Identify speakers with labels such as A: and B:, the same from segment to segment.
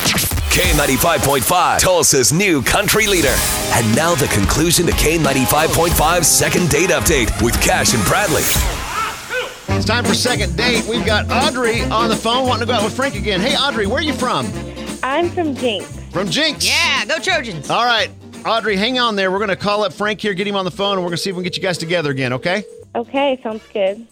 A: K95.5, Tulsa's new country leader. And now the conclusion to K95.5's second date update with Cash and Bradley.
B: It's time for second date. We've got Audrey on the phone wanting to go out with Frank again. Hey, Audrey, where are you from?
C: I'm from Jinx.
B: From Jinx.
D: Yeah, go Trojans.
B: All right, Audrey, hang on there. We're going to call up Frank here, get him on the phone, and we're going to see if we can get you guys together again, okay?
C: Okay, sounds good.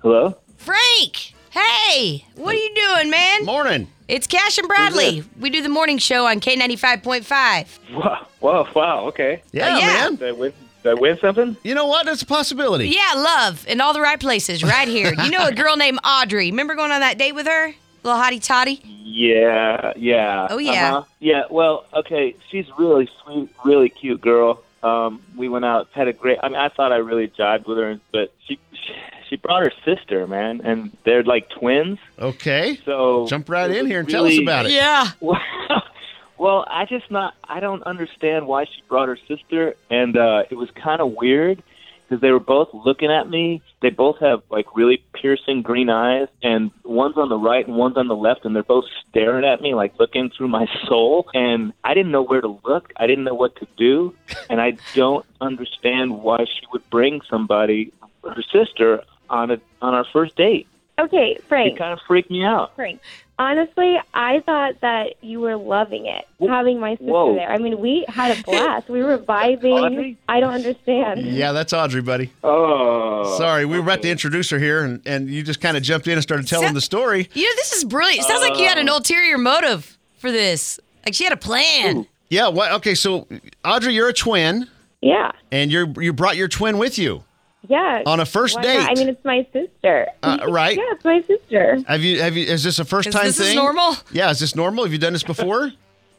E: Hello?
D: Frank! Hey! What are you doing, man?
B: Morning.
D: It's Cash and Bradley. We do the morning show on K95.5.
E: Wow, wow, wow okay.
B: Yeah,
D: Uh, yeah.
B: man.
E: Did I win, did I win something?
B: You know what? It's a possibility.
D: Yeah, love in all the right places, right here. You know a girl named Audrey. Remember going on that date with her? Little hottie toddy?
E: Yeah, yeah.
D: Oh, yeah.
E: Uh-huh. Yeah, well, okay, she's a really sweet, really cute girl. Um, we went out, had a great, I mean, I thought I really jived with her, but she, she, she brought her sister, man, and they're like twins,
B: Okay.
E: so.
B: Jump right
E: it
B: in
E: was
B: here and tell
E: really,
B: us about it.
D: Yeah.
E: Well, well, I just not. I don't understand why she brought her sister, and uh, it was kind of weird because they were both looking at me. They both have like really piercing green eyes, and one's on the right and one's on the left, and they're both staring at me like looking through my soul. And I didn't know where to look. I didn't know what to do, and I don't understand why she would bring somebody, her sister, on a on our first date.
C: Okay,
E: It
C: Frank.
E: kind of freaked me out.
C: Frank. Honestly, I thought that you were loving it,
E: Wh-
C: having my sister
E: Whoa.
C: there. I mean, we had a blast. We were vibing.
E: Audrey?
C: I don't understand.
B: Yeah, that's Audrey, buddy.
E: Oh,
B: Sorry, we were about to introduce her here, and, and you just kind of jumped in and started telling the story.
D: You know, this is brilliant. It sounds like you had an
B: Uh.
D: ulterior motive for this. Like she had a plan.
B: Yeah, what? Okay, so Audrey, you're a twin,
C: Yeah.
B: and you're you brought your twin with you.
C: Yeah.
B: On a first
C: Why
B: date.
C: not? I mean, it's my sister.
B: Uh, right.
C: Yeah, it's my sister.
B: Have you have you? Is this a first
D: Is
B: time
D: this is
B: thing?
D: normal?
B: Yeah, is this normal? Have you done this before?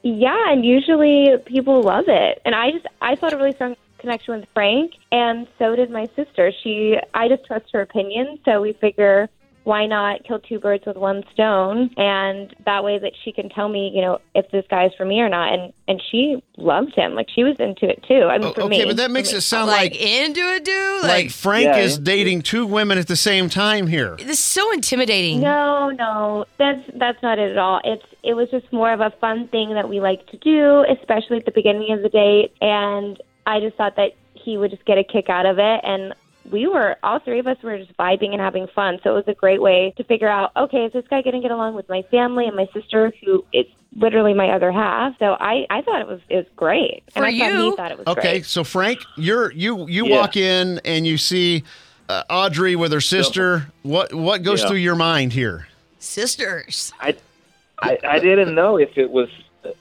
C: Yeah, and usually people love it. And I just, I felt a really strong connection with Frank, and so did my sister. She, I just trust her opinion, so we figure why not kill two birds with one stone, and that way that she can tell me, you know, if this guy's for me or not. And and she loved him, like she was into it too. I mean,
B: Oh,
C: for
B: okay,
C: me,
B: but that
C: for
B: makes
C: me.
B: it sound
D: Like,
B: like
D: into a dude?
B: like
D: Like,
B: Frank
E: Yeah.
B: is dating two women at the same time here.
D: this is so intimidating.
C: No, no, that's that's not it at all. It's it was just more of a fun thing that we like to do, especially at the beginning of the date. And I just thought that he would just get a kick out of it, and we were all three of us were just vibing and having fun. So it was a great way to figure out, okay, is this guy going to get along with my family and my sister, who is literally my other half? So I I thought it was it was great,
D: For
C: and I thought
D: you?
C: he thought it was
B: Okay,
C: great.
B: so Frank, you're you you
E: Yeah.
B: walk in and you see uh, Audrey with her sister. What what goes
E: Yeah.
B: through your mind here?
D: Sisters.
E: I, I, I didn't know if it was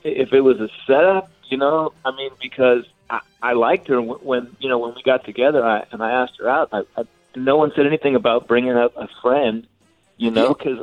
E: if it was a setup, you know. I mean, because I, I liked her when, when you know when we got together, I, and I asked her out. I, I, no one said anything about bringing up a friend, you know, because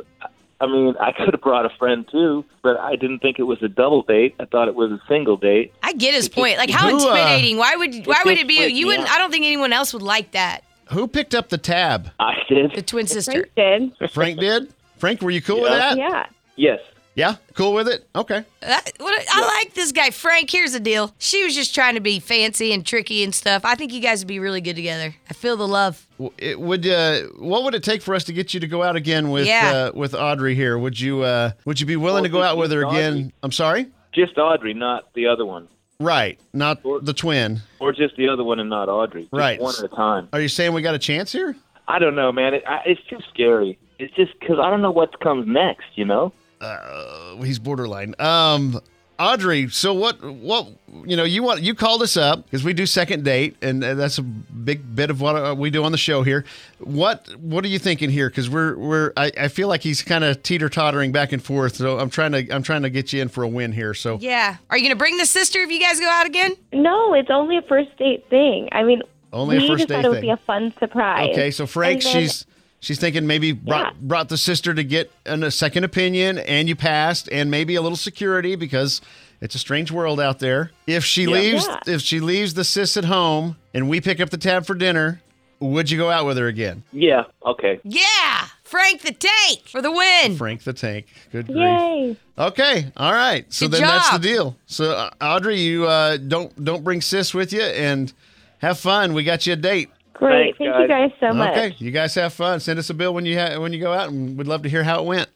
E: I mean, I could have brought a friend too, but I didn't think it was a double date. I thought it was a single date.
D: I get his point. Like how
B: Who, uh,
D: intimidating. Why would why
E: it
D: would
E: did
D: it be
E: freak
D: you
E: me
D: wouldn't
E: out.
D: I don't think anyone else would like that.
B: Who picked up the tab?
E: I did.
D: The twin sister.
C: Frank did.
B: Frank did. Frank, were you cool with
E: Yeah.
B: that?
C: Yeah.
E: yes.
B: Yeah, cool with it. Okay.
D: That- Uh, what- I like this guy, Frank. Here's the deal. She was just trying to be fancy and tricky and stuff. I think you guys would be really good together. I feel the love.
B: W- It would uh, what would it take for us to get you to go out again with
D: Yeah.
B: uh, with Audrey here? Would you uh, would you be willing
E: Well,
B: to go out with her
E: Audrey-
B: again? I'm sorry.
E: Just Audrey, not the other one,
B: Right, not
E: Or-
B: the twin.
E: or just the other one and not Audrey. Just
B: Right.
E: One at a time.
B: Are you saying we got a chance here?
E: I don't know, man. It, I, it's too scary. It's just because I don't know what comes next. You know.
B: Uh, he's borderline. Um, Audrey, so what? What you know? You want you called us up because we do second date, and uh, that's a big bit of what uh, we do on the show here. What What are you thinking here? Because we're we're I, I feel like he's kind of teeter tottering back and forth. So I'm trying to I'm trying to get you in for a win here. So
D: Yeah. Are you gonna bring the sister if you guys go out again?
C: No, it's only a first date thing. I mean,
B: Only a
C: we
B: first
C: just
B: date
C: thought it would
B: thing.
C: be a fun surprise.
B: okay, so Frank,
C: And then-
B: she's She's thinking maybe brought
C: Yeah.
B: brought the sister to get an, a second opinion, and you passed, and maybe a little security because it's a strange world out there. If she leaves,
C: Yeah.
B: if she leaves the sis at home, and we pick up the tab for dinner, would you go out with her again?
E: Yeah. Okay.
D: Yeah, Frank the Tank for the win.
B: Frank the Tank. Good grief.
C: Mm. Yay.
B: Okay, all right. So
D: Good
B: then that's the
D: job.
B: deal. So uh, Audrey, you uh, don't don't bring sis with you, and have fun. We got you a date.
C: Great.
E: Thanks,
C: Thank you
E: guys.
C: guys so much.
B: Okay, you guys have fun. Send us a bill when you ha- when you go out, and we'd love to hear how it went.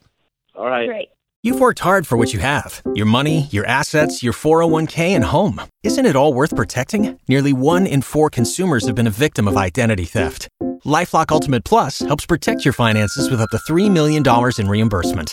E: All right.
C: Great.
F: You've worked hard for what you have your money, your assets, your 401k, and home. Isn't it all worth protecting? Nearly one in four consumers have been a victim of identity theft. Lifelock Ultimate Plus helps protect your finances with up to $3 million in reimbursement.